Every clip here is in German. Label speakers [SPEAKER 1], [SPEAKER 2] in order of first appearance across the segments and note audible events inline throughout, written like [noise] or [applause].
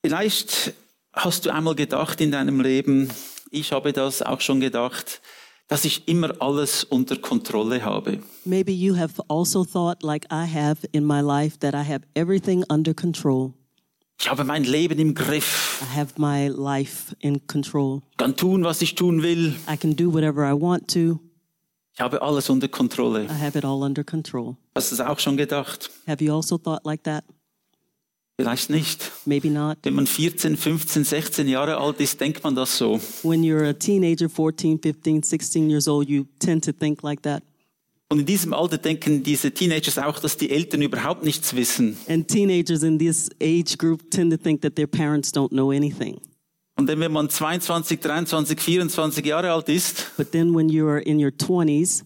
[SPEAKER 1] Vielleicht hast du einmal gedacht in deinem Leben, ich habe das auch schon gedacht, dass ich immer alles unter Kontrolle habe.
[SPEAKER 2] Maybe you have also thought, like I have in my life, that I have everything under control.
[SPEAKER 1] Ich habe mein Leben im Griff,
[SPEAKER 2] I have my life in control.
[SPEAKER 1] kann tun, was ich tun will.
[SPEAKER 2] I can do whatever I want to.
[SPEAKER 1] Ich habe alles unter Kontrolle.
[SPEAKER 2] I have it all under control.
[SPEAKER 1] Hast du das auch schon gedacht?
[SPEAKER 2] Have you also thought like that?
[SPEAKER 1] Vielleicht nicht.
[SPEAKER 2] Maybe not.
[SPEAKER 1] Wenn man 14, 15, 16 Jahre alt ist, denkt man das so.
[SPEAKER 2] When you're a teenager, 14, 15, 16 years old, you tend to think like that.
[SPEAKER 1] Und in diesem Alter denken diese Teenagers auch, dass die Eltern überhaupt nichts wissen.
[SPEAKER 2] And teenagers in this age group tend to think that their parents don't know anything.
[SPEAKER 1] Und dann, wenn man 22, 23, 24 Jahre alt ist,
[SPEAKER 2] But then when you are in your 20s,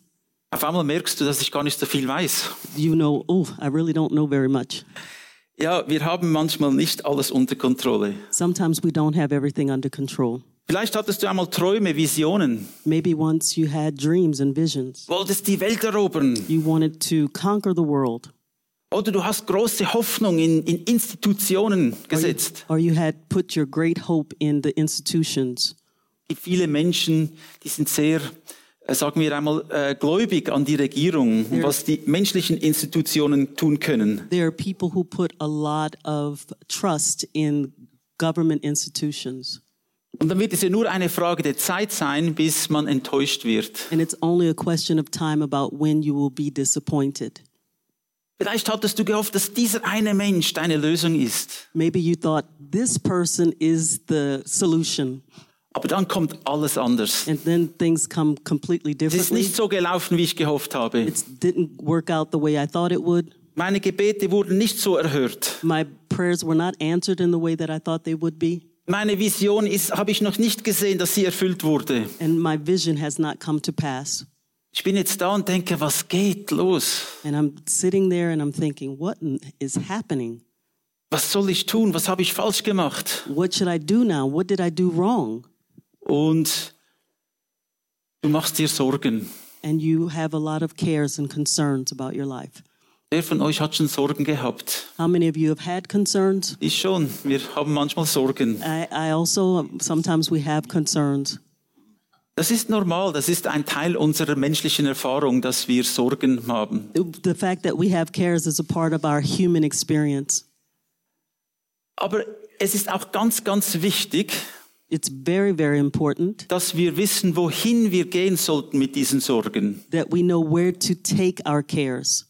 [SPEAKER 1] auf einmal merkst du, dass ich gar nicht so viel weiß.
[SPEAKER 2] you know, oh, I really don't know very much.
[SPEAKER 1] Ja, wir haben manchmal nicht alles unter Kontrolle.
[SPEAKER 2] Sometimes we don't have everything under control.
[SPEAKER 1] Vielleicht hattest du einmal Träume, Visionen,
[SPEAKER 2] Maybe once you had dreams and visions.
[SPEAKER 1] wolltest die Welt erobern
[SPEAKER 2] You wanted to conquer the world,
[SPEAKER 1] oder du hast große Hoffnung in, in Institutionen gesetzt,
[SPEAKER 2] or you had put your great hope in the institutions.
[SPEAKER 1] die viele Menschen, die sind sehr, äh, sagen wir einmal, äh, gläubig an die Regierung und was die menschlichen Institutionen tun können.
[SPEAKER 2] There are people who put a lot of trust in government institutions.
[SPEAKER 1] Und dann wird es ja nur eine Frage der Zeit sein, bis man enttäuscht wird.
[SPEAKER 2] And it's only a question of time about when you will be disappointed.
[SPEAKER 1] Vielleicht hattest du gehofft, dass dieser eine Mensch deine Lösung ist,
[SPEAKER 2] Maybe you thought this person is the solution,
[SPEAKER 1] aber dann kommt alles anders.
[SPEAKER 2] and then things come completely
[SPEAKER 1] Es ist
[SPEAKER 2] differently.
[SPEAKER 1] nicht so gelaufen, wie ich gehofft habe.
[SPEAKER 2] It didn't work out the way I thought it would.
[SPEAKER 1] Meine Gebete wurden nicht so erhört.
[SPEAKER 2] My prayers were not answered in the way that I thought they would be,
[SPEAKER 1] Meine Vision ist, habe ich noch nicht gesehen, dass sie erfüllt wurde.
[SPEAKER 2] and my vision has not come to pass.
[SPEAKER 1] Ich bin jetzt da und denke, was geht los?
[SPEAKER 2] And I'm sitting there and I'm thinking, what in- is happening?
[SPEAKER 1] Was soll ich tun? Was habe ich falsch gemacht?
[SPEAKER 2] What should I do now? What did I do wrong?
[SPEAKER 1] Und du machst dir Sorgen.
[SPEAKER 2] And you have a lot of cares and concerns about your life.
[SPEAKER 1] Wer von euch hat schon Sorgen gehabt?
[SPEAKER 2] How many of you have had concerns?
[SPEAKER 1] Ich schon. Wir haben manchmal Sorgen.
[SPEAKER 2] I, I also, um, sometimes we have concerns.
[SPEAKER 1] Das ist normal. Das ist ein Teil unserer menschlichen Erfahrung, dass wir Sorgen haben.
[SPEAKER 2] The fact that we have cares is a part of our human experience.
[SPEAKER 1] Aber es ist auch ganz, ganz wichtig,
[SPEAKER 2] It's very, very important
[SPEAKER 1] dass wir wissen, wohin wir gehen sollten mit diesen Sorgen.
[SPEAKER 2] that we know where to take our cares.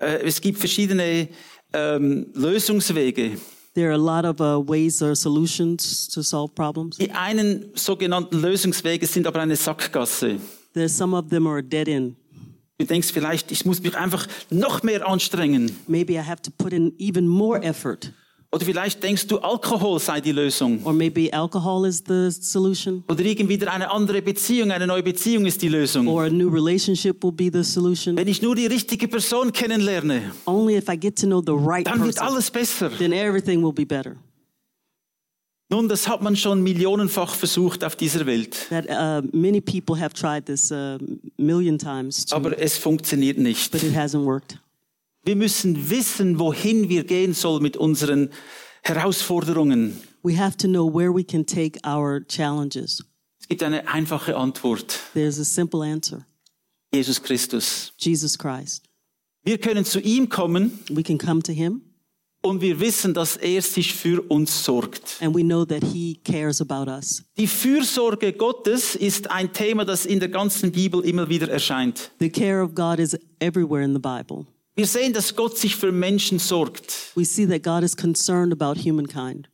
[SPEAKER 1] Äh, es gibt verschiedene ähm, Lösungswege.
[SPEAKER 2] There are a lot of uh, ways or solutions to solve problems.
[SPEAKER 1] Die einen sogenannten Lösungswege sind aber eine Sackgasse.
[SPEAKER 2] There's some of them are a dead end.
[SPEAKER 1] Du denkst vielleicht, ich muss mich einfach noch mehr anstrengen.
[SPEAKER 2] Maybe I have to put in even more effort,
[SPEAKER 1] Oder vielleicht denkst du, Alkohol sei die Lösung.
[SPEAKER 2] or maybe alcohol is the solution,
[SPEAKER 1] Oder irgendwie wieder eine andere Beziehung, eine neue Beziehung ist die Lösung.
[SPEAKER 2] or a new relationship will be the solution.
[SPEAKER 1] Wenn ich nur die richtige Person kennenlerne,
[SPEAKER 2] Only if I get to know the right
[SPEAKER 1] dann wird
[SPEAKER 2] person,
[SPEAKER 1] alles besser.
[SPEAKER 2] then everything will be better.
[SPEAKER 1] Nun, das hat man schon millionenfach versucht auf dieser Welt.
[SPEAKER 2] That uh, many people have tried this a million times, too,
[SPEAKER 1] Aber es funktioniert nicht.
[SPEAKER 2] but it hasn't worked.
[SPEAKER 1] Wir müssen wissen, wohin wir gehen sollen mit unseren Herausforderungen.
[SPEAKER 2] We have to know where we can take our challenges.
[SPEAKER 1] Es gibt eine einfache Antwort.
[SPEAKER 2] There's a simple answer:
[SPEAKER 1] Jesus Christus.
[SPEAKER 2] Jesus Christ.
[SPEAKER 1] Wir können zu ihm kommen
[SPEAKER 2] We can come to Him.
[SPEAKER 1] und wir wissen, dass er sich für uns sorgt.
[SPEAKER 2] and we know that He cares about us.
[SPEAKER 1] Die Fürsorge Gottes ist ein Thema, das in der ganzen Bibel immer wieder erscheint.
[SPEAKER 2] The care of God is everywhere in the Bible.
[SPEAKER 1] Wir sehen, dass Gott sich für Menschen sorgt,
[SPEAKER 2] We see that God is concerned about humankind,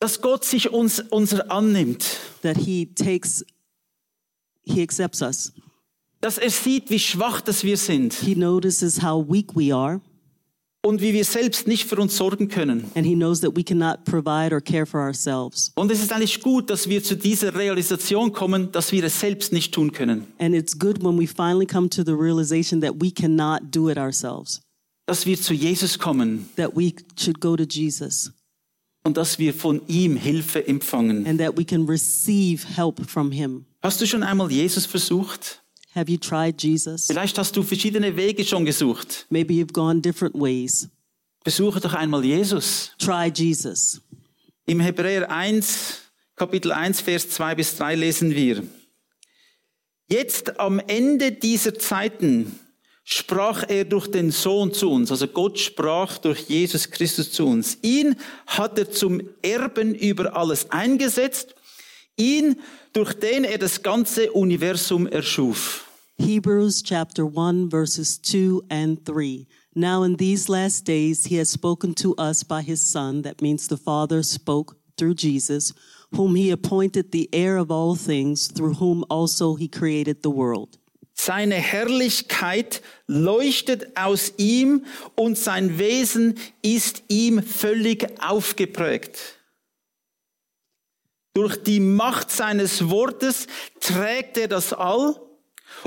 [SPEAKER 1] dass Gott sich uns unser annimmt,
[SPEAKER 2] that He takes, He accepts us.
[SPEAKER 1] dass er sieht, wie schwach das wir sind
[SPEAKER 2] He notices how weak we are,
[SPEAKER 1] und wie wir selbst nicht für uns sorgen können.
[SPEAKER 2] and He knows that we cannot provide or care for ourselves.
[SPEAKER 1] Und es ist eigentlich gut, dass wir zu dieser Realisation kommen, dass wir es selbst nicht tun können,
[SPEAKER 2] And it's good when we finally come to the realization that we cannot do it ourselves,
[SPEAKER 1] dass wir zu Jesus kommen
[SPEAKER 2] that we should go to Jesus,
[SPEAKER 1] und dass wir von ihm Hilfe empfangen.
[SPEAKER 2] and that we can receive help from Him.
[SPEAKER 1] Hast du schon einmal Jesus versucht?
[SPEAKER 2] Have you tried Jesus?
[SPEAKER 1] Vielleicht hast du verschiedene Wege schon gesucht.
[SPEAKER 2] Maybe you've gone different ways.
[SPEAKER 1] Besuche doch einmal Jesus.
[SPEAKER 2] Try Jesus.
[SPEAKER 1] Im Hebräer 1, Kapitel 1, Vers 2 bis 3 lesen wir. Jetzt am Ende dieser Zeiten sprach er durch den Sohn zu uns, also Gott sprach durch Jesus Christus zu uns. Ihn hat er zum Erben über alles eingesetzt, ihn, durch den er das ganze Universum erschuf.
[SPEAKER 2] Hebrews chapter 1, verses 2 and 3. Now, in these last days, he has spoken to us by his Son, that means the Father spoke through Jesus, whom he appointed the heir of all things, through whom also he created the world.
[SPEAKER 1] Seine Herrlichkeit leuchtet aus ihm und sein Wesen ist ihm völlig aufgeprägt. Durch die Macht seines Wortes trägt er das All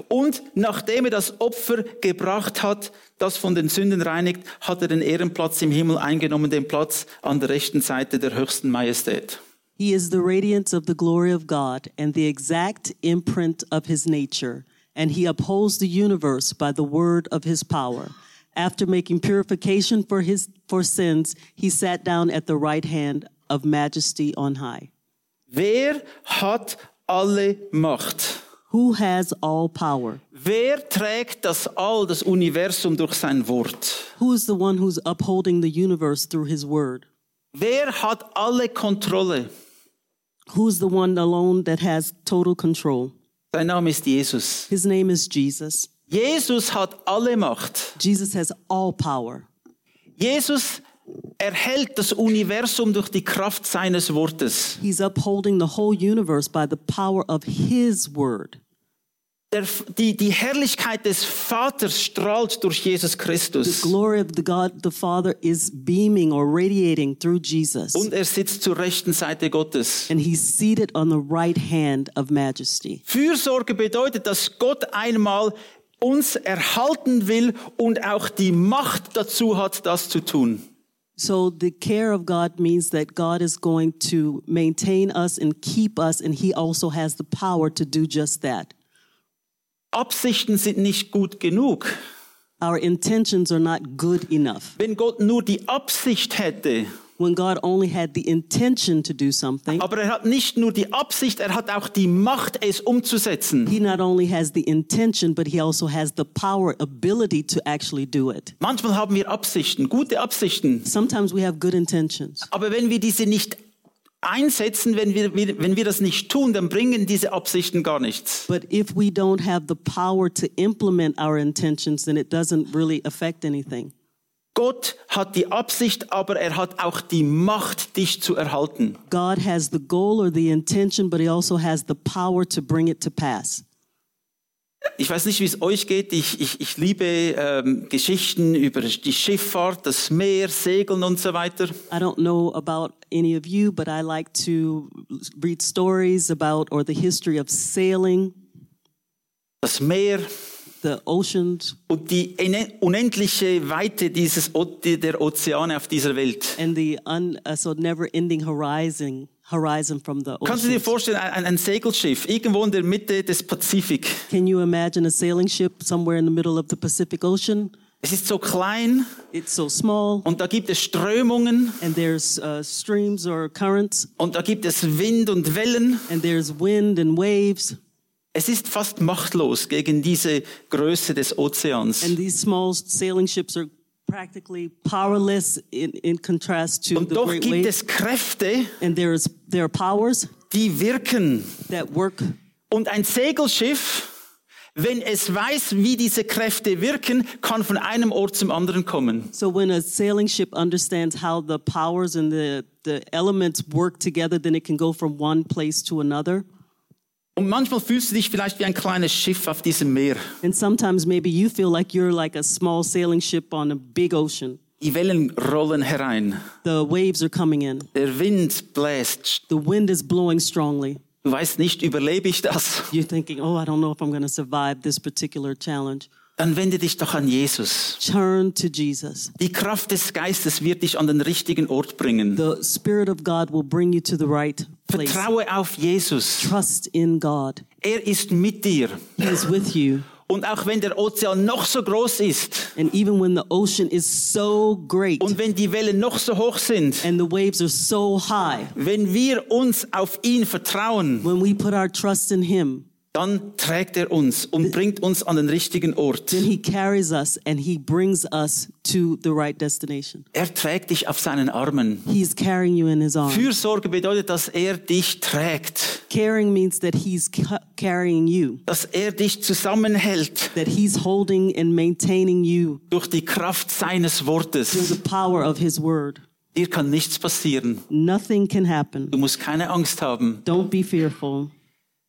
[SPEAKER 1] und nachdem er das Opfer gebracht hat, das von den Sünden reinigt, hat er den Ehrenplatz im Himmel eingenommen, den Platz an der rechten Seite der höchsten Majestät.
[SPEAKER 2] He is the radiance of the glory of God and the exact imprint of his nature, and he upholds the universe by the word of his power. After making purification for his for sins, he sat down at the right hand of majesty on high.
[SPEAKER 1] Wer hat alle Macht?
[SPEAKER 2] Who has all power?
[SPEAKER 1] Wer trägt das All, das Universum durch sein Wort?
[SPEAKER 2] Who is the one who's upholding the universe through his word?
[SPEAKER 1] Wer hat alle Kontrolle?
[SPEAKER 2] Who's the one alone that has total control?
[SPEAKER 1] Sein Name ist Jesus.
[SPEAKER 2] His name is Jesus.
[SPEAKER 1] Jesus hat alle Macht.
[SPEAKER 2] Jesus has all power.
[SPEAKER 1] Jesus erhält das Universum durch die Kraft seines Wortes.
[SPEAKER 2] He's upholding the whole universe by the power of his word.
[SPEAKER 1] Der, die, die Herrlichkeit des Vaters strahlt durch Jesus
[SPEAKER 2] The
[SPEAKER 1] Christus.
[SPEAKER 2] glory of the God the Father is beaming or radiating through Jesus.
[SPEAKER 1] Und er sitzt zur rechten Seite Gottes.
[SPEAKER 2] And he's seated on the right hand of majesty.
[SPEAKER 1] Fürsorge bedeutet, dass Gott einmal uns erhalten will und auch die Macht dazu hat, das zu tun.
[SPEAKER 2] So the care of God means that God is going to maintain us and keep us, and he also has the power to do just that.
[SPEAKER 1] Absichten sind nicht gut genug.
[SPEAKER 2] Our intentions are not good enough.
[SPEAKER 1] Wenn Gott nur die Absicht hätte,
[SPEAKER 2] When God only had the intention to do something,
[SPEAKER 1] aber er hat nicht nur die Absicht, er hat auch die Macht, es umzusetzen.
[SPEAKER 2] He not only has the intention, but he also has the power, ability to actually do it.
[SPEAKER 1] Manchmal haben wir Absichten, gute Absichten,
[SPEAKER 2] Sometimes we have good intentions,
[SPEAKER 1] aber wenn wir diese nicht einsetzen, wenn wir, wir- wenn wir das nicht tun, dann bringen diese Absichten gar nichts.
[SPEAKER 2] but if we don't have the power to implement our intentions, then it doesn't really affect anything.
[SPEAKER 1] Gott hat die Absicht, aber er hat auch die Macht, dich zu erhalten.
[SPEAKER 2] God has the goal or the intention, but he also has the power to bring it to pass.
[SPEAKER 1] Ich weiß nicht, wie es euch geht. Ich, ich, ich liebe ähm, Geschichten über die Schifffahrt, das Meer, Segeln und so weiter.
[SPEAKER 2] I don't know about any of you, but I like to read stories about or the history of sailing,
[SPEAKER 1] Das Meer
[SPEAKER 2] the oceans,
[SPEAKER 1] und die ene- unendliche Weite dieses o der Ozeane auf dieser Welt.
[SPEAKER 2] and the un, uh, so never-ending horizon horizon from the
[SPEAKER 1] Kannst du dir
[SPEAKER 2] ocean.
[SPEAKER 1] vorstellen, ein, ein Segelschiff irgendwo in der Mitte des Pazifik?
[SPEAKER 2] Can you imagine a sailing ship somewhere in the middle of the Pacific Ocean?
[SPEAKER 1] Es ist so klein
[SPEAKER 2] It's so small,
[SPEAKER 1] und da gibt es Strömungen
[SPEAKER 2] and there's uh, streams or currents,
[SPEAKER 1] und da gibt es Wind und Wellen.
[SPEAKER 2] and there's wind and waves,
[SPEAKER 1] Es ist fast machtlos gegen diese Größe des Ozeans.
[SPEAKER 2] and these small sailing ships are practically powerless in, in contrast to
[SPEAKER 1] Und
[SPEAKER 2] the
[SPEAKER 1] doch
[SPEAKER 2] great
[SPEAKER 1] gibt
[SPEAKER 2] waves.
[SPEAKER 1] es Kräfte,
[SPEAKER 2] And there is there are powers
[SPEAKER 1] die wirken.
[SPEAKER 2] that work,
[SPEAKER 1] Und ein Segelschiff, wenn es weiß, wie diese Kräfte wirken, kann von einem Ort zum anderen kommen.
[SPEAKER 2] so when a sailing ship understands how the powers and the the elements work together, then it can go from one place to another.
[SPEAKER 1] Und manchmal fühlst du dich vielleicht wie ein kleines Schiff auf diesem Meer.
[SPEAKER 2] And sometimes maybe you feel like you're like a small sailing ship on a big ocean.
[SPEAKER 1] Die Wellen rollen herein,
[SPEAKER 2] The waves are coming in.
[SPEAKER 1] der Wind bläst.
[SPEAKER 2] The wind is blowing strongly.
[SPEAKER 1] Du weißt nicht, überlebe ich das?
[SPEAKER 2] You're thinking, oh, I don't know if I'm going to survive this particular challenge.
[SPEAKER 1] Dann wende dich doch an Jesus.
[SPEAKER 2] Turn to Jesus.
[SPEAKER 1] Die Kraft des Geistes wird dich an den richtigen Ort bringen.
[SPEAKER 2] The Spirit of God will bring you to the right place.
[SPEAKER 1] Vertraue auf Jesus.
[SPEAKER 2] Trust in God.
[SPEAKER 1] Er ist mit dir.
[SPEAKER 2] He is with you.
[SPEAKER 1] Und auch wenn der Ozean noch so groß ist
[SPEAKER 2] And even when the ocean is so great
[SPEAKER 1] und wenn die Wellen noch so hoch sind,
[SPEAKER 2] and the waves are so high,
[SPEAKER 1] wenn wir uns auf ihn vertrauen,
[SPEAKER 2] when we put our trust in Him,
[SPEAKER 1] dann trägt er uns und bringt uns an den richtigen Ort.
[SPEAKER 2] then He carries us and He brings us to the right destination.
[SPEAKER 1] Er trägt dich auf seinen Armen.
[SPEAKER 2] He's carrying you in His arms.
[SPEAKER 1] Fürsorge bedeutet, dass er dich trägt,
[SPEAKER 2] Carrying means that He's ca- carrying you,
[SPEAKER 1] dass er dich zusammenhält
[SPEAKER 2] that He's holding and maintaining you
[SPEAKER 1] durch die Kraft seines
[SPEAKER 2] through
[SPEAKER 1] Wortes.
[SPEAKER 2] the power of His word.
[SPEAKER 1] Dir kann nichts passieren.
[SPEAKER 2] Nothing can happen.
[SPEAKER 1] Du musst keine Angst haben.
[SPEAKER 2] Don't be fearful.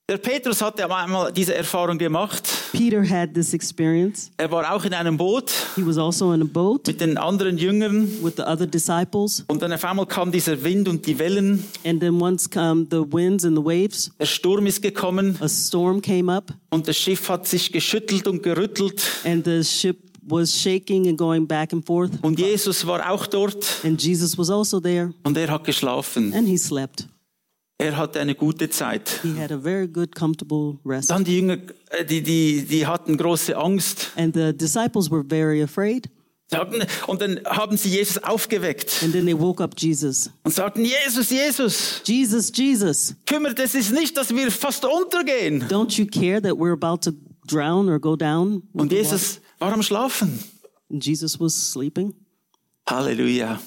[SPEAKER 1] Der Petrus hatte einmal diese Erfahrung gemacht.
[SPEAKER 2] Peter had this experience.
[SPEAKER 1] Er war auch in einem Boot
[SPEAKER 2] He was also in a boat
[SPEAKER 1] mit den anderen Jüngern
[SPEAKER 2] with the other disciples,
[SPEAKER 1] und dann auf einmal kam dieser Wind und die Wellen.
[SPEAKER 2] and then once come the winds and the waves,
[SPEAKER 1] Der Sturm ist gekommen
[SPEAKER 2] a storm came up,
[SPEAKER 1] und das Schiff hat sich geschüttelt und gerüttelt
[SPEAKER 2] and the ship was shaking and going back and forth.
[SPEAKER 1] und Jesus war auch dort
[SPEAKER 2] And Jesus was also there,
[SPEAKER 1] und er hat geschlafen.
[SPEAKER 2] and he slept.
[SPEAKER 1] Er hatte eine gute Zeit.
[SPEAKER 2] He had a very good, comfortable rest.
[SPEAKER 1] Dann die Jünger, äh, die, die, die hatten große Angst.
[SPEAKER 2] And the disciples were very afraid,
[SPEAKER 1] Sagten, und dann haben sie Jesus aufgeweckt
[SPEAKER 2] and then they woke up Jesus.
[SPEAKER 1] und sagten, Jesus, Jesus,
[SPEAKER 2] Jesus, Jesus,
[SPEAKER 1] kümmert es sich nicht, dass wir fast untergehen.
[SPEAKER 2] don't you care that we're about to drown or go down? with
[SPEAKER 1] Und
[SPEAKER 2] the water?"
[SPEAKER 1] Jesus war am Schlafen.
[SPEAKER 2] And Jesus was sleeping,
[SPEAKER 1] Halleluja.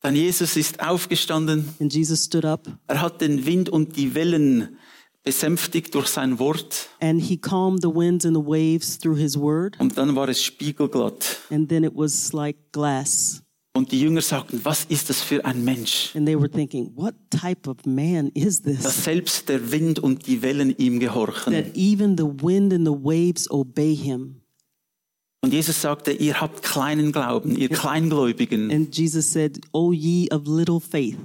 [SPEAKER 1] Dann Jesus ist aufgestanden.
[SPEAKER 2] and Jesus stood up
[SPEAKER 1] Er hat den Wind und die Wellen besänftigt durch sein Wort.
[SPEAKER 2] and he calmed the winds and the waves through his word,
[SPEAKER 1] Und dann war es spiegelglatt.
[SPEAKER 2] and then it was like glass.
[SPEAKER 1] Und die Jünger sagten, was ist das für ein Mensch,
[SPEAKER 2] And they were thinking, what type of man is this
[SPEAKER 1] dass selbst der Wind und die Wellen ihm gehorchen.
[SPEAKER 2] that even the wind and the waves obey him?
[SPEAKER 1] Und Jesus sagte, ihr habt kleinen Glauben, ihr Kleingläubigen.
[SPEAKER 2] And Jesus said, O ye of little faith,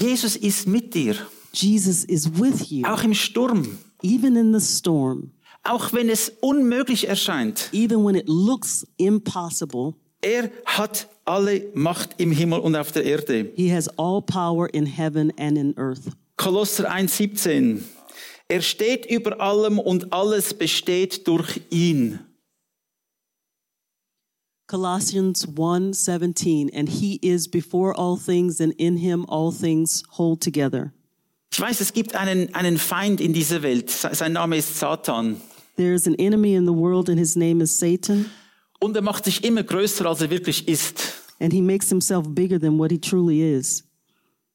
[SPEAKER 1] Jesus ist mit dir,
[SPEAKER 2] Jesus is with you,
[SPEAKER 1] auch im Sturm,
[SPEAKER 2] even in the storm,
[SPEAKER 1] auch wenn es unmöglich erscheint.
[SPEAKER 2] even when it looks impossible.
[SPEAKER 1] Er hat alle Macht im Himmel und auf der Erde.
[SPEAKER 2] He has all power in heaven and in earth.
[SPEAKER 1] Kolosser 1,17. Er steht über allem und alles besteht durch ihn.
[SPEAKER 2] Colossians 1:17 and he is before all things and in him all things hold together.
[SPEAKER 1] Ich weiß, es gibt einen, einen Feind in dieser Welt. Se- Sein Name ist Satan.
[SPEAKER 2] There is an enemy in the world, and his name is Satan,
[SPEAKER 1] Und er macht sich immer größer, als er wirklich ist.
[SPEAKER 2] and he makes himself bigger than what he truly is.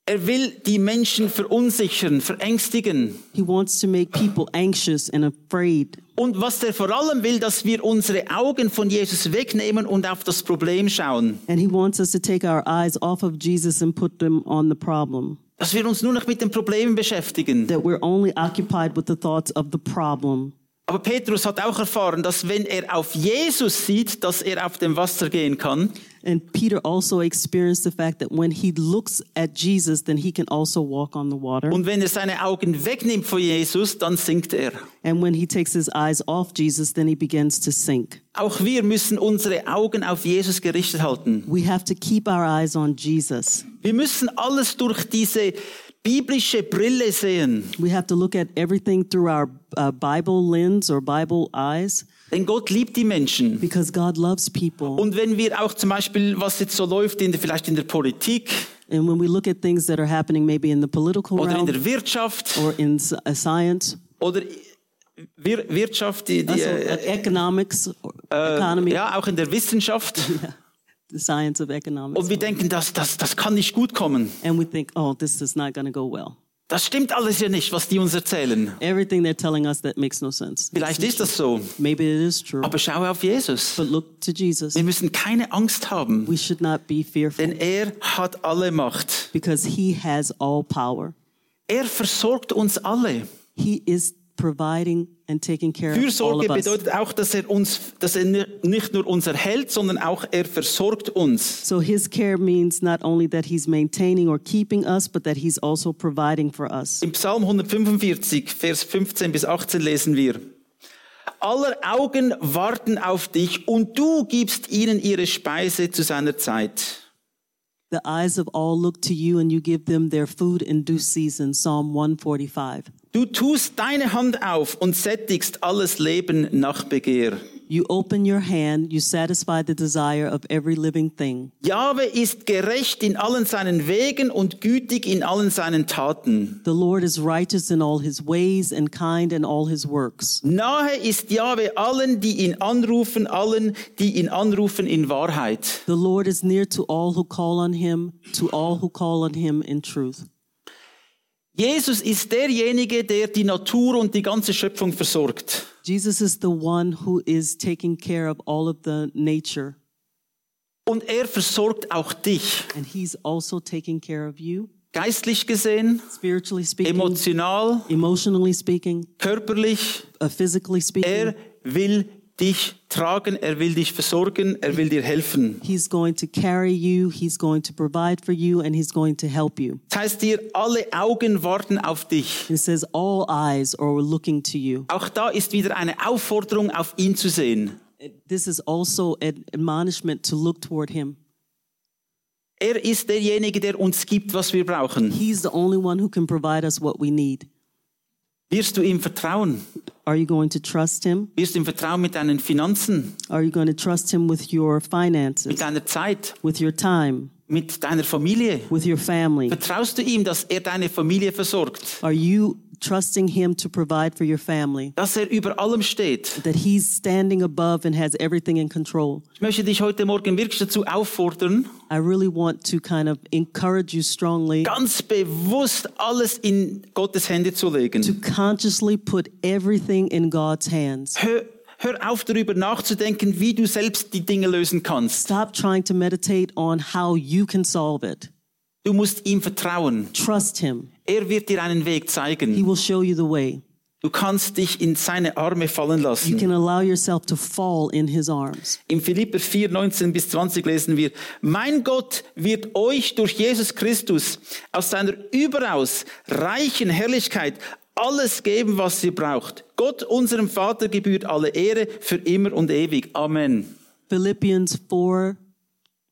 [SPEAKER 1] Er will die Menschen verunsichern, verängstigen.
[SPEAKER 2] He wants to make people anxious and afraid.
[SPEAKER 1] Und was er vor allem will, dass wir unsere Augen von Jesus wegnehmen und auf das Problem schauen.
[SPEAKER 2] And he wants us to take our eyes off of Jesus and put them on the problem.
[SPEAKER 1] Dass wir uns nur noch mit den Problemen beschäftigen.
[SPEAKER 2] That we're only occupied with the thoughts of the problem.
[SPEAKER 1] Aber Petrus hat auch erfahren, dass wenn er auf Jesus sieht, dass er auf dem Wasser gehen kann,
[SPEAKER 2] And Peter also experienced the fact that when he looks at Jesus, then he can also walk on the water.
[SPEAKER 1] und wenn er seine Augen wegnimmt von Jesus, dann sinkt er.
[SPEAKER 2] And when he takes his eyes off Jesus, then he begins to sink.
[SPEAKER 1] Auch wir müssen unsere Augen auf Jesus gerichtet halten.
[SPEAKER 2] We have to keep our eyes on Jesus.
[SPEAKER 1] Wir müssen alles durch diese biblische Brille sehen.
[SPEAKER 2] We have to look at everything through our uh, Bible lens or Bible eyes
[SPEAKER 1] Denn Gott liebt die Menschen.
[SPEAKER 2] because God loves people.
[SPEAKER 1] Und wenn wir auch zum Beispiel, was jetzt so läuft, in der, vielleicht in der Politik
[SPEAKER 2] And when we look at things that are happening maybe in the political
[SPEAKER 1] oder in
[SPEAKER 2] realm
[SPEAKER 1] der Wirtschaft
[SPEAKER 2] or in s- uh, science,
[SPEAKER 1] oder wir, Wirtschaft, die, die,
[SPEAKER 2] also, uh,
[SPEAKER 1] äh,
[SPEAKER 2] economics, or economy,
[SPEAKER 1] ja, auch in der
[SPEAKER 2] [laughs]
[SPEAKER 1] Wissenschaft.
[SPEAKER 2] Also. the science of economics.
[SPEAKER 1] Und wir denken, das, das, das kann nicht gut kommen.
[SPEAKER 2] and we think, oh, this is not going to go well.
[SPEAKER 1] Das stimmt alles ja nicht, was die uns erzählen.
[SPEAKER 2] Everything they're telling us that makes no sense.
[SPEAKER 1] Vielleicht ist das so.
[SPEAKER 2] Maybe it is true.
[SPEAKER 1] Aber schau auf Jesus.
[SPEAKER 2] But look to Jesus.
[SPEAKER 1] Wir müssen keine Angst haben,
[SPEAKER 2] We should not be fearful.
[SPEAKER 1] denn er hat alle Macht.
[SPEAKER 2] because he has all power.
[SPEAKER 1] Er versorgt uns alle.
[SPEAKER 2] He is providing and taking care of all
[SPEAKER 1] Fürsorge
[SPEAKER 2] of us.
[SPEAKER 1] bedeutet auch, dass er uns, dass er nicht nur uns erhält, sondern auch er versorgt uns.
[SPEAKER 2] So his care means not only that he's maintaining or keeping us, but that he's also providing for us.
[SPEAKER 1] Im Psalm 145, Vers 15 bis 18 lesen wir. Aller Augen warten auf dich und du gibst ihnen ihre Speise zu seiner Zeit.
[SPEAKER 2] The eyes of all look to you and you give them their food in due season. Psalm 145.
[SPEAKER 1] Du tust deine Hand auf und sättigst alles Leben nach Begehr.
[SPEAKER 2] You open your hand, you satisfy the desire of every living thing.
[SPEAKER 1] Jahwe ist gerecht in allen seinen Wegen und gütig in allen seinen Taten.
[SPEAKER 2] The Lord is righteous in all his ways and kind in all his works.
[SPEAKER 1] Nahe ist Jahwe allen, die ihn anrufen, allen, die ihn anrufen in Wahrheit.
[SPEAKER 2] The Lord is near to all who call on him, to all who call on him in truth.
[SPEAKER 1] Jesus ist derjenige, der die Natur und die ganze Schöpfung versorgt.
[SPEAKER 2] Jesus is the one who is taking care of all of the nature,
[SPEAKER 1] Und er versorgt auch dich.
[SPEAKER 2] and he's also taking care of you,
[SPEAKER 1] Geistlich gesehen,
[SPEAKER 2] Mhm. spiritually speaking,
[SPEAKER 1] emotional,
[SPEAKER 2] emotionally speaking,
[SPEAKER 1] körperlich.
[SPEAKER 2] uh, physically speaking.
[SPEAKER 1] Er will dich tragen, er will dich versorgen, er will dir helfen.
[SPEAKER 2] He's going to carry you, he's going to provide for you, and he's going to help you.
[SPEAKER 1] Das heißt dir, alle Augen warten auf dich.
[SPEAKER 2] It says, All eyes are looking to you.
[SPEAKER 1] Auch da ist wieder eine Aufforderung, auf ihn zu sehen.
[SPEAKER 2] This is also an admonishment to look toward him.
[SPEAKER 1] Er ist derjenige, der uns gibt, was wir brauchen.
[SPEAKER 2] He's the only one who can provide us what we need.
[SPEAKER 1] Wirst du ihm vertrauen?
[SPEAKER 2] Are you going to trust him?
[SPEAKER 1] Wirst du ihm vertrauen mit deinen Finanzen,
[SPEAKER 2] Are you going to trust him with your
[SPEAKER 1] mit
[SPEAKER 2] finances,
[SPEAKER 1] deiner Zeit,
[SPEAKER 2] with your time,
[SPEAKER 1] mit deiner Familie?
[SPEAKER 2] with your family?
[SPEAKER 1] Vertraust du ihm, dass er deine Familie versorgt,
[SPEAKER 2] Are you trusting him to provide for your family?
[SPEAKER 1] dass er über allem steht?
[SPEAKER 2] That he's standing above and has everything in control?
[SPEAKER 1] Ich möchte dich heute Morgen wirklich dazu auffordern,
[SPEAKER 2] I really want to kind of encourage you strongly
[SPEAKER 1] ganz bewusst alles in Gottes Hände zu
[SPEAKER 2] to
[SPEAKER 1] legen.
[SPEAKER 2] consciously put everything in God's hands.
[SPEAKER 1] Hör, hör auf darüber nachzudenken, wie du selbst die Dinge lösen kannst.
[SPEAKER 2] Stop trying to meditate on how you can solve it.
[SPEAKER 1] Du musst ihm vertrauen.
[SPEAKER 2] Trust Him,
[SPEAKER 1] Er wird dir einen Weg
[SPEAKER 2] He
[SPEAKER 1] zeigen.
[SPEAKER 2] will show you the way.
[SPEAKER 1] Du kannst dich in seine Arme fallen
[SPEAKER 2] You
[SPEAKER 1] lassen.
[SPEAKER 2] can allow yourself to fall in His arms.
[SPEAKER 1] Im Philipper 4, 19 bis 20 lesen wir, Mein Gott wird euch durch Jesus Christus aus seiner überaus reichen Herrlichkeit alles geben, was ihr braucht. Gott, unserem Vater, gebührt alle Ehre für immer und ewig. Amen.
[SPEAKER 2] Philippians 4,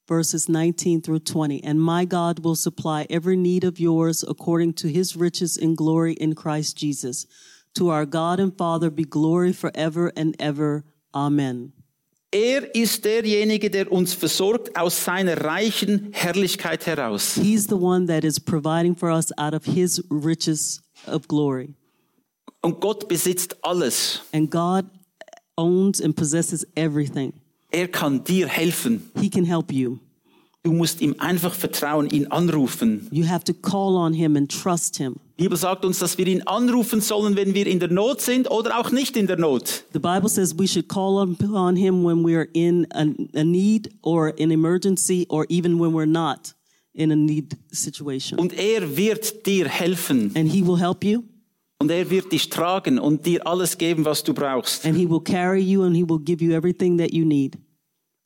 [SPEAKER 2] verses 19 through 20. And my God will supply every need of yours according to his riches in glory in Christ Jesus. To our God and Father be glory forever and ever. Amen.
[SPEAKER 1] Er ist derjenige, der uns versorgt aus seiner reichen Herrlichkeit heraus.
[SPEAKER 2] He's the one that is providing for us out of his riches of glory.
[SPEAKER 1] Und Gott besitzt alles.
[SPEAKER 2] And God owns and possesses everything.
[SPEAKER 1] Er kann dir helfen.
[SPEAKER 2] He can help you.
[SPEAKER 1] Du musst ihm einfach vertrauen, ihn anrufen.
[SPEAKER 2] You have to call on him and trust him.
[SPEAKER 1] Die Bibel sagt uns, dass wir ihn anrufen sollen, wenn wir in der Not sind oder auch nicht in der Not.
[SPEAKER 2] The Bible says we should call upon him when we are in a, a need or an emergency or even when we're not in a need situation.
[SPEAKER 1] Und er wird dir helfen.
[SPEAKER 2] And he will help you
[SPEAKER 1] Und er wird dich tragen und dir alles geben, was du brauchst.
[SPEAKER 2] and he will carry you and he will give you everything that you need.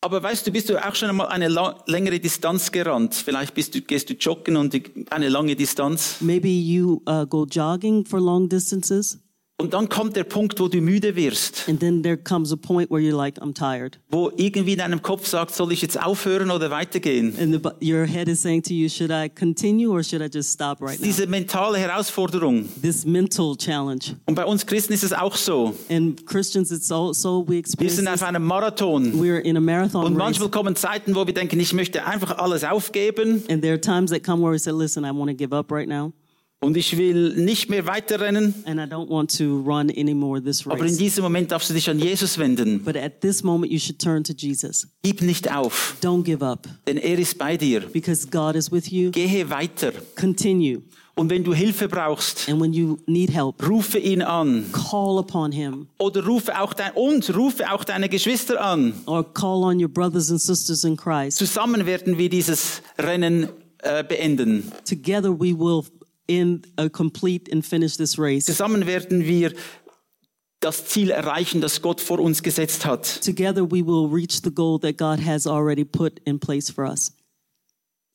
[SPEAKER 1] Aber weißt du, bist du auch schon einmal eine la- längere Distanz gerannt? Vielleicht bist du, gehst du joggen und die- eine lange Distanz.
[SPEAKER 2] Maybe you uh, go jogging for long distances
[SPEAKER 1] Und dann kommt der Punkt, wo du müde wirst.
[SPEAKER 2] and then there comes a point where you're like, I'm tired.
[SPEAKER 1] wo irgendwie in deinem Kopf sagt, soll ich jetzt aufhören oder weitergehen?
[SPEAKER 2] And the, bu- your head is saying to you, should I continue or should I just stop right now?
[SPEAKER 1] Diese mentale Herausforderung.
[SPEAKER 2] This mental challenge.
[SPEAKER 1] Und bei uns Christen ist es auch so.
[SPEAKER 2] And Christians, it's also, we
[SPEAKER 1] Wir
[SPEAKER 2] experience
[SPEAKER 1] sind auf
[SPEAKER 2] this.
[SPEAKER 1] einem Marathon.
[SPEAKER 2] We're in a marathon
[SPEAKER 1] Und
[SPEAKER 2] race.
[SPEAKER 1] manchmal kommen Zeiten, wo wir denken, ich möchte einfach alles aufgeben
[SPEAKER 2] And there are times that come where we say, listen, I want to give up right now.
[SPEAKER 1] und ich will nicht mehr weiterrennen.
[SPEAKER 2] And I don't want to run anymore this
[SPEAKER 1] Aber in
[SPEAKER 2] race.
[SPEAKER 1] diesem Moment darfst du dich an Jesus wenden.
[SPEAKER 2] But at this moment, you should turn to Jesus.
[SPEAKER 1] Gib nicht auf,
[SPEAKER 2] Don't give up
[SPEAKER 1] denn er ist bei dir.
[SPEAKER 2] because God is with you.
[SPEAKER 1] Gehe weiter.
[SPEAKER 2] Continue.
[SPEAKER 1] Und wenn du Hilfe brauchst,
[SPEAKER 2] And when you need help,
[SPEAKER 1] rufe ihn an.
[SPEAKER 2] call upon him
[SPEAKER 1] Oder rufe auch dein, und rufe auch deine Geschwister an.
[SPEAKER 2] or call on your brothers and sisters in Christ.
[SPEAKER 1] Zusammen werden wir dieses Rennen äh, beenden.
[SPEAKER 2] Together, we will end, uh, complete and finish this race.
[SPEAKER 1] Zusammen werden wir das Ziel erreichen, das Gott vor uns gesetzt hat.
[SPEAKER 2] Together, we will reach the goal that God has already put in place for us.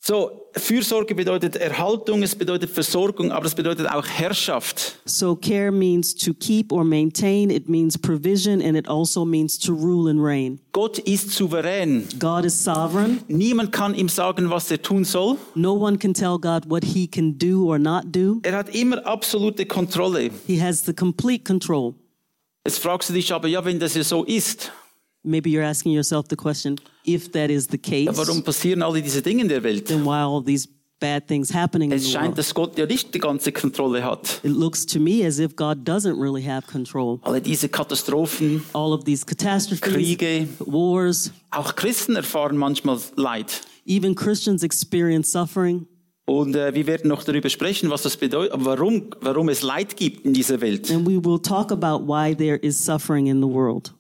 [SPEAKER 1] So, Fürsorge bedeutet Erhaltung, es bedeutet Versorgung, aber es bedeutet auch Herrschaft.
[SPEAKER 2] So care means to keep or maintain, it means provision, and it also means to rule and reign.
[SPEAKER 1] Gott ist souverän.
[SPEAKER 2] God is sovereign.
[SPEAKER 1] Niemand kann ihm sagen, was er tun soll.
[SPEAKER 2] No one can tell God what he can do or not do.
[SPEAKER 1] Er hat immer absolute Kontrolle.
[SPEAKER 2] He has the complete control.
[SPEAKER 1] Jetzt fragst du dich aber, ja, wenn das ja so ist,
[SPEAKER 2] Maybe you're asking yourself the question if that is the case,
[SPEAKER 1] ja, warum passieren alle diese Dinge in der Welt?
[SPEAKER 2] then why all these bad things happening in
[SPEAKER 1] Es
[SPEAKER 2] the
[SPEAKER 1] scheint,
[SPEAKER 2] world?
[SPEAKER 1] dass Gott ja nicht die ganze Kontrolle hat.
[SPEAKER 2] It looks to me as if God doesn't really have control.
[SPEAKER 1] Alle diese Katastrophen,
[SPEAKER 2] All of these catastrophes,
[SPEAKER 1] Kriege,
[SPEAKER 2] wars,
[SPEAKER 1] auch Christen erfahren manchmal Leid.
[SPEAKER 2] even Christians experience suffering.
[SPEAKER 1] Und äh, wir werden noch darüber sprechen, was das bedeutet, warum, warum es Leid gibt in dieser Welt.
[SPEAKER 2] And we will talk about why there is suffering in the world.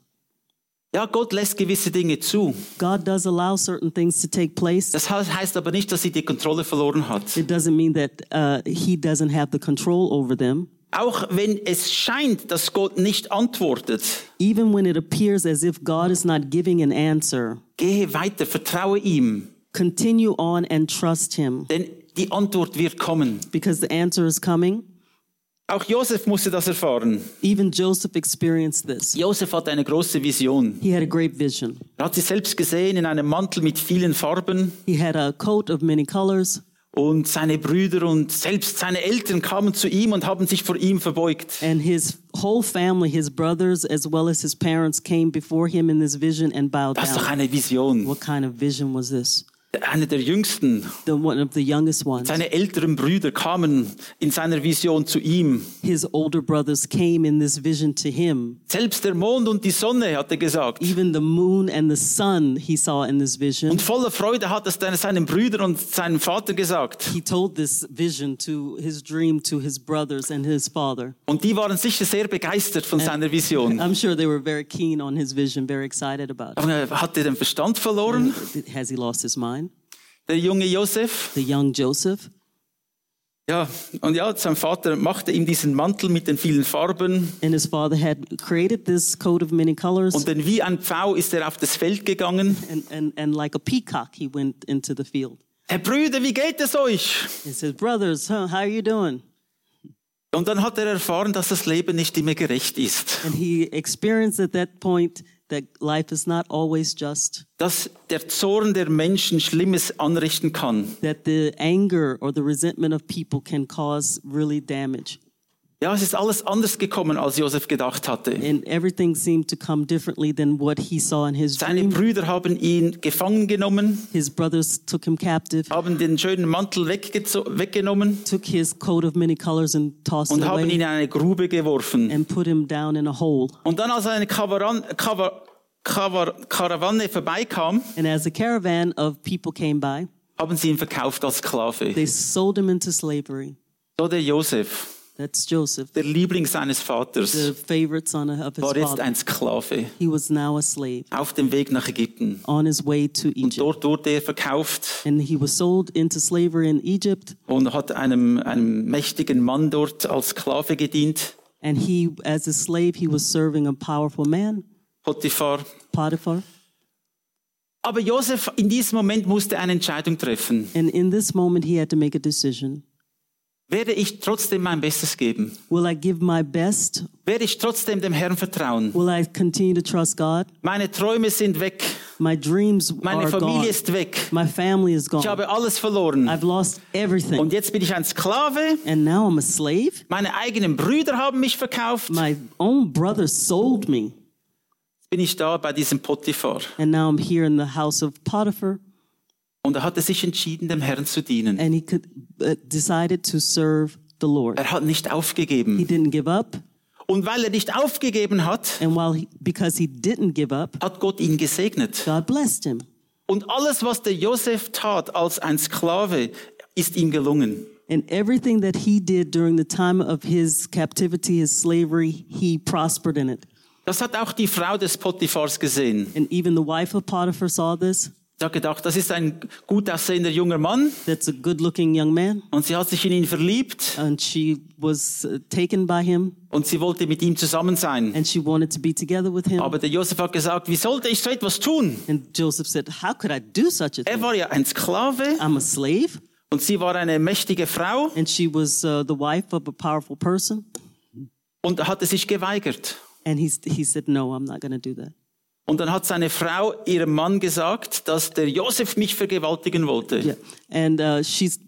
[SPEAKER 1] Ja, Gott lässt gewisse Dinge zu.
[SPEAKER 2] God does allow certain things to take place.
[SPEAKER 1] Das he- heißt aber nicht, dass sie die Kontrolle verloren hat.
[SPEAKER 2] It doesn't mean that uh, He doesn't have the control over them.
[SPEAKER 1] Auch wenn es scheint, dass Gott nicht antwortet,
[SPEAKER 2] Even when it appears as if God is not giving an answer,
[SPEAKER 1] gehe weiter, vertraue ihm,
[SPEAKER 2] continue on and trust Him
[SPEAKER 1] denn die Antwort wird kommen.
[SPEAKER 2] because the answer is coming.
[SPEAKER 1] Auch Josef musste das erfahren.
[SPEAKER 2] Even Joseph experienced this.
[SPEAKER 1] Josef hatte eine große Vision.
[SPEAKER 2] He had a great vision.
[SPEAKER 1] Er hat sich selbst gesehen in einem Mantel mit vielen Farben
[SPEAKER 2] He had a coat of many colors,
[SPEAKER 1] und seine Brüder und selbst seine Eltern kamen zu ihm und haben sich vor ihm verbeugt.
[SPEAKER 2] and his whole family, his brothers as well as his parents, came before him in this vision and bowed
[SPEAKER 1] Das ist doch
[SPEAKER 2] down.
[SPEAKER 1] eine Vision.
[SPEAKER 2] What kind of vision was this?
[SPEAKER 1] Einer der Jüngsten,
[SPEAKER 2] The one of the youngest ones.
[SPEAKER 1] seine älteren Brüder kamen in seiner Vision zu ihm.
[SPEAKER 2] His older brothers came in this vision to him.
[SPEAKER 1] Selbst der Mond und die Sonne, hat er gesagt.
[SPEAKER 2] Even the moon and the sun he saw in this vision.
[SPEAKER 1] Und voller Freude hat es dann seinen Brüdern und seinem Vater gesagt.
[SPEAKER 2] He told this vision to his dream to his brothers and his father.
[SPEAKER 1] Und die waren sicher sehr begeistert von seiner Vision.
[SPEAKER 2] I'm sure they were very keen on his vision, very excited about
[SPEAKER 1] Aber er hat er den Verstand verloren,
[SPEAKER 2] it. Has he lost his mind?
[SPEAKER 1] der junge Josef?
[SPEAKER 2] The young Joseph.
[SPEAKER 1] Ja, und ja, sein Vater machte ihm diesen Mantel mit den vielen Farben.
[SPEAKER 2] And his father had created this coat of many colors,
[SPEAKER 1] Und dann wie ein Pfau ist er auf das Feld gegangen.
[SPEAKER 2] and, and, and like a peacock, he went into the field.
[SPEAKER 1] Herr Brüder, wie geht es euch?
[SPEAKER 2] He says, Brothers, huh, how are you doing?
[SPEAKER 1] Und dann hat er erfahren, dass das Leben nicht immer gerecht ist.
[SPEAKER 2] And he experienced at that point that life is not always just,
[SPEAKER 1] Dass der Zorn der Menschen Schlimmes anrichten kann.
[SPEAKER 2] that the anger or the resentment of people can cause really damage.
[SPEAKER 1] Ja, es ist alles anders gekommen, als Josef gedacht hatte.
[SPEAKER 2] And everything seemed to come differently than what he saw in his
[SPEAKER 1] Seine
[SPEAKER 2] dream.
[SPEAKER 1] Brüder haben ihn gefangen genommen,
[SPEAKER 2] His brothers took him captive,
[SPEAKER 1] haben den schönen Mantel weggezo- weggenommen
[SPEAKER 2] took his coat of many colors and tossed it
[SPEAKER 1] und haben ihn in
[SPEAKER 2] away
[SPEAKER 1] eine Grube geworfen.
[SPEAKER 2] and put him down in a hole.
[SPEAKER 1] Und dann, als eine Kavaran, Kava, Kava, Karawane vorbeikam,
[SPEAKER 2] And as a caravan of people came by,
[SPEAKER 1] haben sie ihn verkauft als Sklave.
[SPEAKER 2] They sold him into slavery.
[SPEAKER 1] So der Josef,
[SPEAKER 2] That's Joseph,
[SPEAKER 1] der Liebling seines Vaters,
[SPEAKER 2] the favorite son of his
[SPEAKER 1] war jetzt
[SPEAKER 2] father.
[SPEAKER 1] ein Sklave
[SPEAKER 2] He was now a slave
[SPEAKER 1] auf dem Weg nach Ägypten.
[SPEAKER 2] on his way to Egypt.
[SPEAKER 1] Dort wurde er verkauft
[SPEAKER 2] And he was sold into slavery in Egypt.
[SPEAKER 1] und hat einem, einem mächtigen Mann dort als Sklave gedient,
[SPEAKER 2] And he, as a slave, he was serving a powerful man,
[SPEAKER 1] Potiphar.
[SPEAKER 2] Potiphar.
[SPEAKER 1] Aber Josef in diesem Moment musste eine Entscheidung treffen.
[SPEAKER 2] And in this moment, he had to make a decision.
[SPEAKER 1] Werde ich trotzdem mein Bestes geben?
[SPEAKER 2] Will I give my best?
[SPEAKER 1] Werde ich trotzdem dem Herrn vertrauen?
[SPEAKER 2] Will I continue to trust God?
[SPEAKER 1] Meine Träume sind weg.
[SPEAKER 2] My dreams
[SPEAKER 1] Meine
[SPEAKER 2] are
[SPEAKER 1] Familie
[SPEAKER 2] gone.
[SPEAKER 1] ist weg.
[SPEAKER 2] My family is
[SPEAKER 1] Ich
[SPEAKER 2] gone.
[SPEAKER 1] habe alles verloren.
[SPEAKER 2] I've lost everything.
[SPEAKER 1] Und jetzt bin ich ein Sklave.
[SPEAKER 2] And now I'm a slave?
[SPEAKER 1] Meine eigenen Brüder haben mich verkauft. Jetzt
[SPEAKER 2] My own brother sold me.
[SPEAKER 1] bin ich da bei diesem Potiphar.
[SPEAKER 2] And now I'm here in the house of Potiphar,
[SPEAKER 1] Und er hatte sich entschieden, dem Herrn zu dienen.
[SPEAKER 2] and he could, uh, decided to serve the Lord.
[SPEAKER 1] Er hat nicht
[SPEAKER 2] He
[SPEAKER 1] aufgegeben.
[SPEAKER 2] didn't give up,
[SPEAKER 1] Und weil er nicht aufgegeben hat,
[SPEAKER 2] and while he, because he didn't give up,
[SPEAKER 1] hat Gott ihn gesegnet.
[SPEAKER 2] God blessed him.
[SPEAKER 1] Und alles, was der Josef tat als ein Sklave, ist ihm gelungen.
[SPEAKER 2] And everything that he did during the time of his captivity, his slavery, he prospered in it.
[SPEAKER 1] Das hat auch die Frau des Potiphars gesehen.
[SPEAKER 2] And even the wife of Potiphar saw this.
[SPEAKER 1] Sie hat gedacht, das ist ein gut aussehender junger Mann
[SPEAKER 2] That's a good looking young man.
[SPEAKER 1] und sie hat sich in ihn verliebt
[SPEAKER 2] And she was uh, taken by him
[SPEAKER 1] und sie wollte mit ihm zusammen sein.
[SPEAKER 2] and she wanted to be together with him.
[SPEAKER 1] Aber der Josef hat gesagt, wie sollte ich so etwas tun?
[SPEAKER 2] And Joseph said, How could I do such a
[SPEAKER 1] Er
[SPEAKER 2] thing?
[SPEAKER 1] war ja ein Sklave
[SPEAKER 2] I'm a slave.
[SPEAKER 1] und sie war eine mächtige Frau
[SPEAKER 2] And she was uh, the wife of a powerful person.
[SPEAKER 1] und hatte sich geweigert.
[SPEAKER 2] And he, he said, No, I'm not going to do that.
[SPEAKER 1] Und dann hat seine Frau ihrem Mann gesagt, dass der Josef mich vergewaltigen wollte.
[SPEAKER 2] Yeah. And uh, she's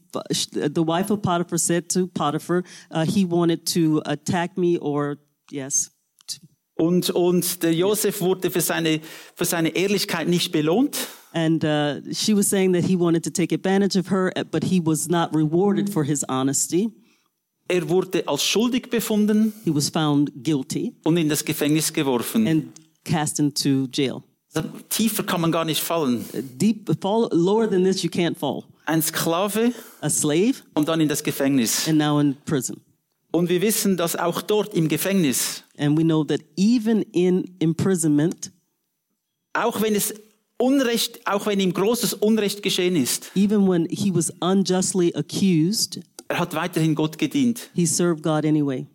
[SPEAKER 2] the wife of Potiphar said to Potiphar, uh, He wanted to attack me or, yes.
[SPEAKER 1] Und, und der Josef wurde für seine, für seine Ehrlichkeit nicht belohnt.
[SPEAKER 2] And uh, she was saying that he wanted to take advantage of her, uh, but he was not rewarded for his honesty.
[SPEAKER 1] Er wurde als schuldig befunden
[SPEAKER 2] He was found guilty
[SPEAKER 1] und in das Gefängnis geworfen.
[SPEAKER 2] and cast into jail.
[SPEAKER 1] Also, tiefer kann man gar nicht fallen.
[SPEAKER 2] Deep fall lower than this, you can't fall.
[SPEAKER 1] Ein Sklave
[SPEAKER 2] A slave
[SPEAKER 1] und dann in das Gefängnis.
[SPEAKER 2] and now in prison.
[SPEAKER 1] Und wir wissen, dass auch dort im Gefängnis,
[SPEAKER 2] And we know that even in imprisonment,
[SPEAKER 1] auch wenn es Unrecht, auch wenn ihm großes Unrecht geschehen ist,
[SPEAKER 2] even when he was unjustly accused,
[SPEAKER 1] er hat weiterhin Gott gedient.
[SPEAKER 2] he served God anyway.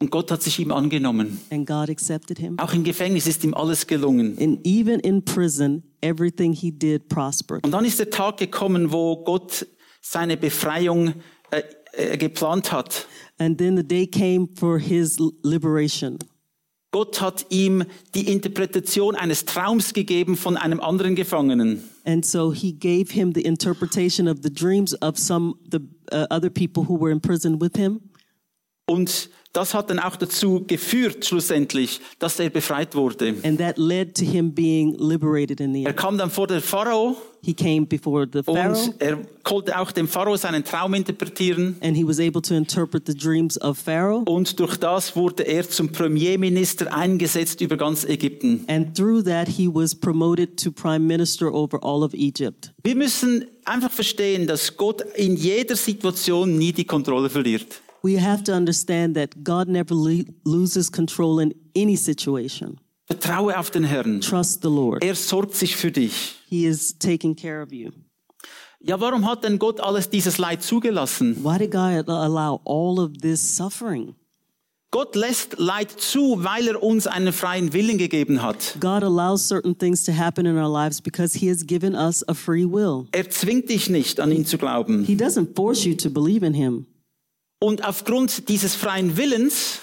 [SPEAKER 1] Und Gott hat sich ihm angenommen.
[SPEAKER 2] And God accepted him.
[SPEAKER 1] Auch im Gefängnis ist ihm alles gelungen.
[SPEAKER 2] And even in prison, everything he did prospered.
[SPEAKER 1] Und dann ist der Tag gekommen, wo Gott seine Befreiung äh, äh, geplant hat.
[SPEAKER 2] And then the day came for his liberation.
[SPEAKER 1] Gott hat ihm die Interpretation eines Traums gegeben von einem anderen Gefangenen.
[SPEAKER 2] And so he gave him the interpretation of the dreams of some the uh, other people who were in prison with him.
[SPEAKER 1] Und das hat dann auch dazu geführt, schlussendlich, dass er befreit wurde.
[SPEAKER 2] And that led to him being liberated in the
[SPEAKER 1] Er
[SPEAKER 2] end.
[SPEAKER 1] kam dann vor den Pharao
[SPEAKER 2] He came before the Pharaoh
[SPEAKER 1] und er konnte auch dem Pharao seinen Traum interpretieren.
[SPEAKER 2] and he was able to interpret the dreams of Pharaoh.
[SPEAKER 1] Und durch das wurde er zum Premierminister eingesetzt über ganz Ägypten.
[SPEAKER 2] And through that, he was promoted to prime minister over all of Egypt.
[SPEAKER 1] Wir müssen einfach verstehen, dass Gott in jeder Situation nie die Kontrolle verliert.
[SPEAKER 2] We have to understand that God never le- loses control in any situation.
[SPEAKER 1] Vertraue auf den Herrn.
[SPEAKER 2] Trust the Lord,
[SPEAKER 1] Er sorgt sich für dich.
[SPEAKER 2] He is taking care of you.
[SPEAKER 1] Ja, warum hat denn Gott alles dieses Leid zugelassen?
[SPEAKER 2] Why did God al- allow all of this suffering?
[SPEAKER 1] Gott lässt Leid zu, weil er uns einen freien Willen gegeben hat.
[SPEAKER 2] God allows certain things to happen in our lives because He has given us a free will.
[SPEAKER 1] Er zwingt dich nicht, an ihn zu glauben.
[SPEAKER 2] He doesn't force you to believe in Him.
[SPEAKER 1] Und aufgrund dieses freien Willens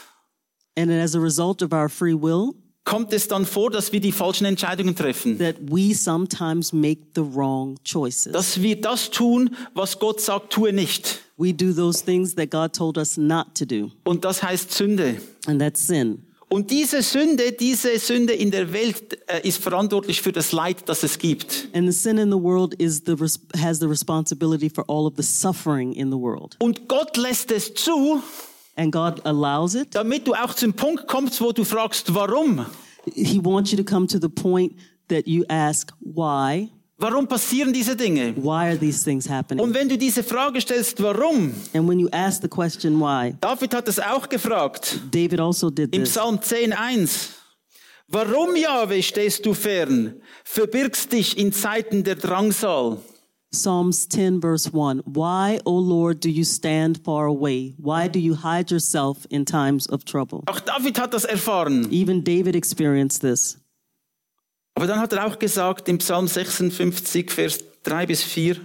[SPEAKER 2] And as a result of our free will,
[SPEAKER 1] kommt es dann vor, dass wir die falschen Entscheidungen treffen.
[SPEAKER 2] that we sometimes make the wrong choices.
[SPEAKER 1] Dass wir das tun, was Gott sagt, tue nicht.
[SPEAKER 2] We do those things that God told us not to do,
[SPEAKER 1] Und das heißt Sünde.
[SPEAKER 2] and that's sin.
[SPEAKER 1] Und diese Sünde, diese Sünde in der Welt äh, ist verantwortlich für das Leid, das es gibt.
[SPEAKER 2] And the sin in the world is the res- has the responsibility for all of the suffering in the world.
[SPEAKER 1] Und Gott lässt es zu,
[SPEAKER 2] And God allows it.
[SPEAKER 1] damit du auch zum Punkt kommst, wo du fragst, warum?
[SPEAKER 2] He wants you to come to the point that you ask, why?
[SPEAKER 1] Warum passieren diese Dinge?
[SPEAKER 2] Why are these things
[SPEAKER 1] Und
[SPEAKER 2] happening?
[SPEAKER 1] wenn du diese Frage stellst, warum?
[SPEAKER 2] And when you ask the question why,
[SPEAKER 1] David hat es auch gefragt
[SPEAKER 2] David also did
[SPEAKER 1] im
[SPEAKER 2] this.
[SPEAKER 1] Psalm 10,1. Warum, Jahwe, stehst du fern? Verbirgst dich in Zeiten der Drangsal?
[SPEAKER 2] Psalms 10, verse 1. Why, O Lord, do you stand far away? Why do you hide yourself in times of trouble?
[SPEAKER 1] Auch David hat das erfahren.
[SPEAKER 2] Even David experienced this.
[SPEAKER 1] Aber dann hat er auch gesagt im Psalm 56, Vers 3 bis 4.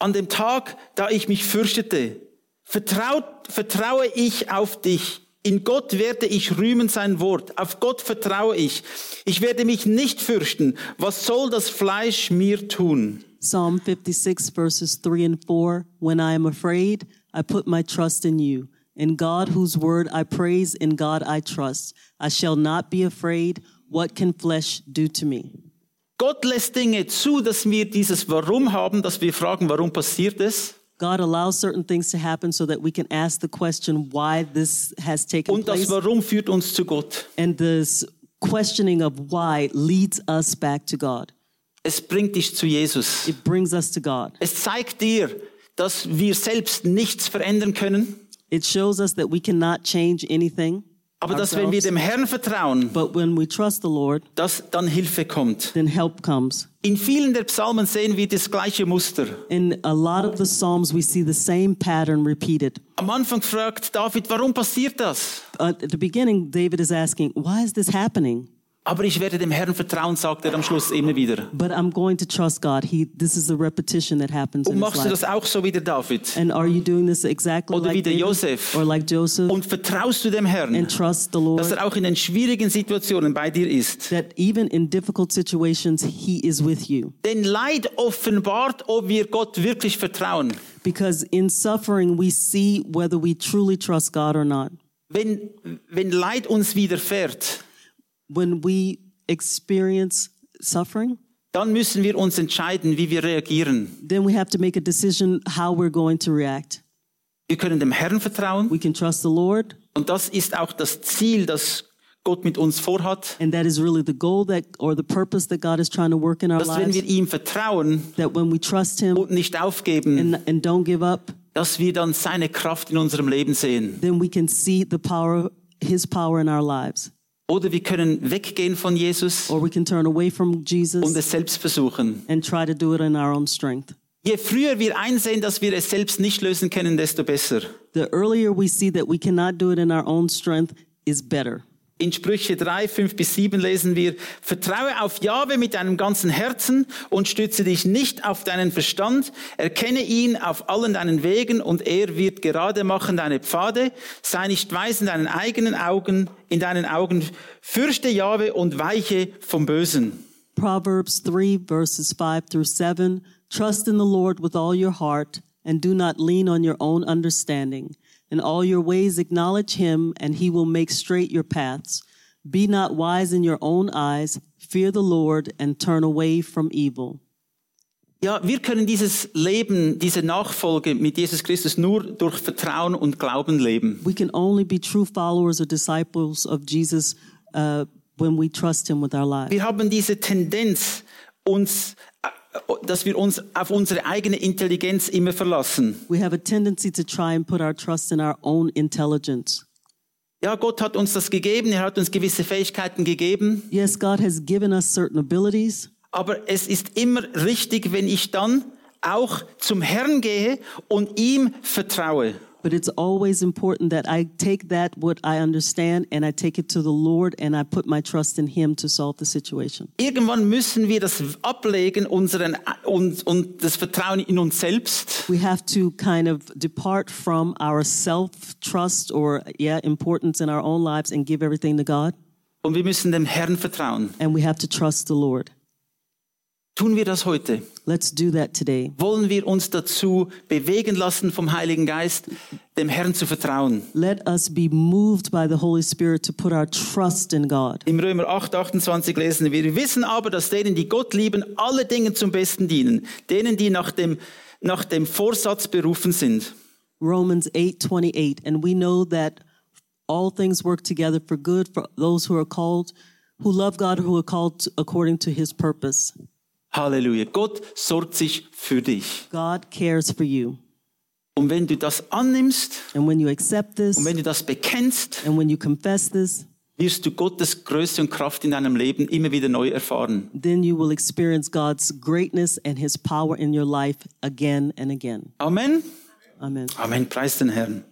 [SPEAKER 1] An dem Tag, da ich mich fürchtete, vertraut, vertraue ich auf dich. In Gott werde ich rühmen sein Wort. Auf Gott vertraue ich. Ich werde mich nicht fürchten. Was soll das Fleisch mir tun?
[SPEAKER 2] Psalm 56, verses 3 and 4 When I am afraid, I put my trust in you. In God, whose word I praise, in God I trust. I shall not be afraid. What can flesh do to me?
[SPEAKER 1] Gott lässt Dinge zu, dass wir dieses Warum haben, dass wir fragen, warum passiert es?
[SPEAKER 2] God allows certain things to happen so that we can ask the question why this has taken
[SPEAKER 1] Und das
[SPEAKER 2] place.
[SPEAKER 1] Warum führt uns zu Gott.
[SPEAKER 2] And this questioning of why leads us back to God.
[SPEAKER 1] Es bringt dich zu Jesus.
[SPEAKER 2] It brings us to God.
[SPEAKER 1] Es zeigt dir, dass wir selbst nichts verändern können,
[SPEAKER 2] It shows us that we cannot change anything,
[SPEAKER 1] Aber dass wenn wir dem Herrn vertrauen,
[SPEAKER 2] But when we trust the Lord,
[SPEAKER 1] dass dann Hilfe kommt.
[SPEAKER 2] then help comes.
[SPEAKER 1] In vielen der Psalmen sehen wir das gleiche Muster.
[SPEAKER 2] In a lot of the Psalms, we see the same pattern repeated.
[SPEAKER 1] Am Anfang fragt David, warum passiert das?
[SPEAKER 2] Uh, at the beginning, David is asking, Why is this happening?
[SPEAKER 1] Aber ich werde dem Herrn vertrauen, sagt er am Schluss immer wieder.
[SPEAKER 2] But I'm going to trust God. He, this is the repetition that happens
[SPEAKER 1] Und
[SPEAKER 2] in his
[SPEAKER 1] machst du das
[SPEAKER 2] life.
[SPEAKER 1] auch so wie der David?
[SPEAKER 2] And are you doing this exactly
[SPEAKER 1] Oder wie
[SPEAKER 2] like
[SPEAKER 1] der
[SPEAKER 2] David?
[SPEAKER 1] Joseph.
[SPEAKER 2] or like Joseph?
[SPEAKER 1] Und vertraust du dem Herrn,
[SPEAKER 2] and trust the Lord
[SPEAKER 1] dass er auch in den schwierigen Situationen bei dir ist?
[SPEAKER 2] that even in difficult situations, He is with you.
[SPEAKER 1] Denn Leid offenbart, ob wir Gott wirklich vertrauen.
[SPEAKER 2] Because in suffering, we see whether we truly trust God or not.
[SPEAKER 1] Wenn, wenn Leid uns widerfährt,
[SPEAKER 2] When we experience suffering,
[SPEAKER 1] dann müssen wir uns entscheiden, wie wir reagieren.
[SPEAKER 2] then we have to make a decision how we're going to react.
[SPEAKER 1] Wir können dem Herrn vertrauen.
[SPEAKER 2] We can trust the Lord,
[SPEAKER 1] Und das ist auch das Ziel, das Gott mit uns vorhat.
[SPEAKER 2] and that is really the goal that or the purpose that God is trying to work in our
[SPEAKER 1] Dass wenn
[SPEAKER 2] lives.
[SPEAKER 1] wir ihm vertrauen
[SPEAKER 2] That when we trust Him
[SPEAKER 1] und nicht aufgeben,
[SPEAKER 2] and, and don't give up,
[SPEAKER 1] dass wir dann seine Kraft in unserem Leben sehen.
[SPEAKER 2] then we can see the power, His power in our lives.
[SPEAKER 1] Oder wir können weggehen von Jesus
[SPEAKER 2] Or we can turn away from
[SPEAKER 1] und
[SPEAKER 2] Jesus
[SPEAKER 1] es selbst versuchen.
[SPEAKER 2] and try to do it in our own strength.
[SPEAKER 1] Je früher wir einsehen, dass wir es selbst nicht lösen können, desto besser.
[SPEAKER 2] The earlier we see that we cannot do it in our own strength is better.
[SPEAKER 1] In Sprüche 3, 5 bis 7 lesen wir, Vertraue auf Jahwe mit deinem ganzen Herzen und stütze dich nicht auf deinen Verstand. Erkenne ihn auf allen deinen Wegen und er wird gerade machen deine Pfade. Sei nicht weis in deinen eigenen Augen, in deinen Augen. Fürchte Jahwe und weiche vom Bösen.
[SPEAKER 2] Proverbs 3, verses 5 through 7 Trust in the Lord with all your heart, and do not lean on your own understanding. In all your ways acknowledge him, and he will make straight your paths. Be not wise in your own eyes, fear the Lord, and turn away from evil.
[SPEAKER 1] Ja, wir können dieses Leben, diese Nachfolge mit Jesus Christus nur durch Vertrauen und Glauben leben.
[SPEAKER 2] We can only be true followers or disciples of Jesus uh, when we trust him with our lives.
[SPEAKER 1] Wir haben diese Tendenz, uns, äh, dass wir uns auf unsere eigene Intelligenz immer verlassen.
[SPEAKER 2] We have a tendency to try and put our trust in our own intelligence.
[SPEAKER 1] Ja, Gott hat uns das gegeben, er hat uns gewisse Fähigkeiten gegeben,
[SPEAKER 2] Yes, God has given us certain abilities,
[SPEAKER 1] aber es ist immer richtig, wenn ich dann auch zum Herrn gehe und ihm vertraue.
[SPEAKER 2] but it's always important that I take that, what I understand, and I take it to the Lord and I put my trust in Him to solve the situation.
[SPEAKER 1] Irgendwann müssen wir das ablegen, unseren, und, und das Vertrauen in uns selbst
[SPEAKER 2] We have to kind of depart from our self trust or, yeah, importance in our own lives and give everything to God.
[SPEAKER 1] und wir müssen dem Herrn vertrauen.
[SPEAKER 2] And we have to trust the Lord.
[SPEAKER 1] Tun wir das heute?
[SPEAKER 2] Let's do that today.
[SPEAKER 1] Wollen wir uns dazu bewegen lassen vom Heiligen Geist, dem Herrn zu vertrauen?
[SPEAKER 2] Let us be moved by the Holy Spirit to put our trust in God.
[SPEAKER 1] Im Römer 8, 28 lesen wir, wir wissen aber, dass denen, die Gott lieben, alle Dinge zum Besten dienen, denen, die nach dem, nach dem Vorsatz berufen sind.
[SPEAKER 2] Romans 8:28 and we know that all things work together for good for those who are called who love God who are called to- according to his purpose.
[SPEAKER 1] Halleluja. Gott sorgt sich für dich.
[SPEAKER 2] God cares for you.
[SPEAKER 1] Und wenn du das annimmst
[SPEAKER 2] And when you accept this
[SPEAKER 1] und wenn du das bekennst,
[SPEAKER 2] and when you confess this,
[SPEAKER 1] wirst du Gottes Größe und Kraft in deinem Leben immer wieder neu erfahren.
[SPEAKER 2] then you will experience God's greatness and his power in your life again and again.
[SPEAKER 1] Amen.
[SPEAKER 2] Amen.
[SPEAKER 1] Amen. Preis den Herrn.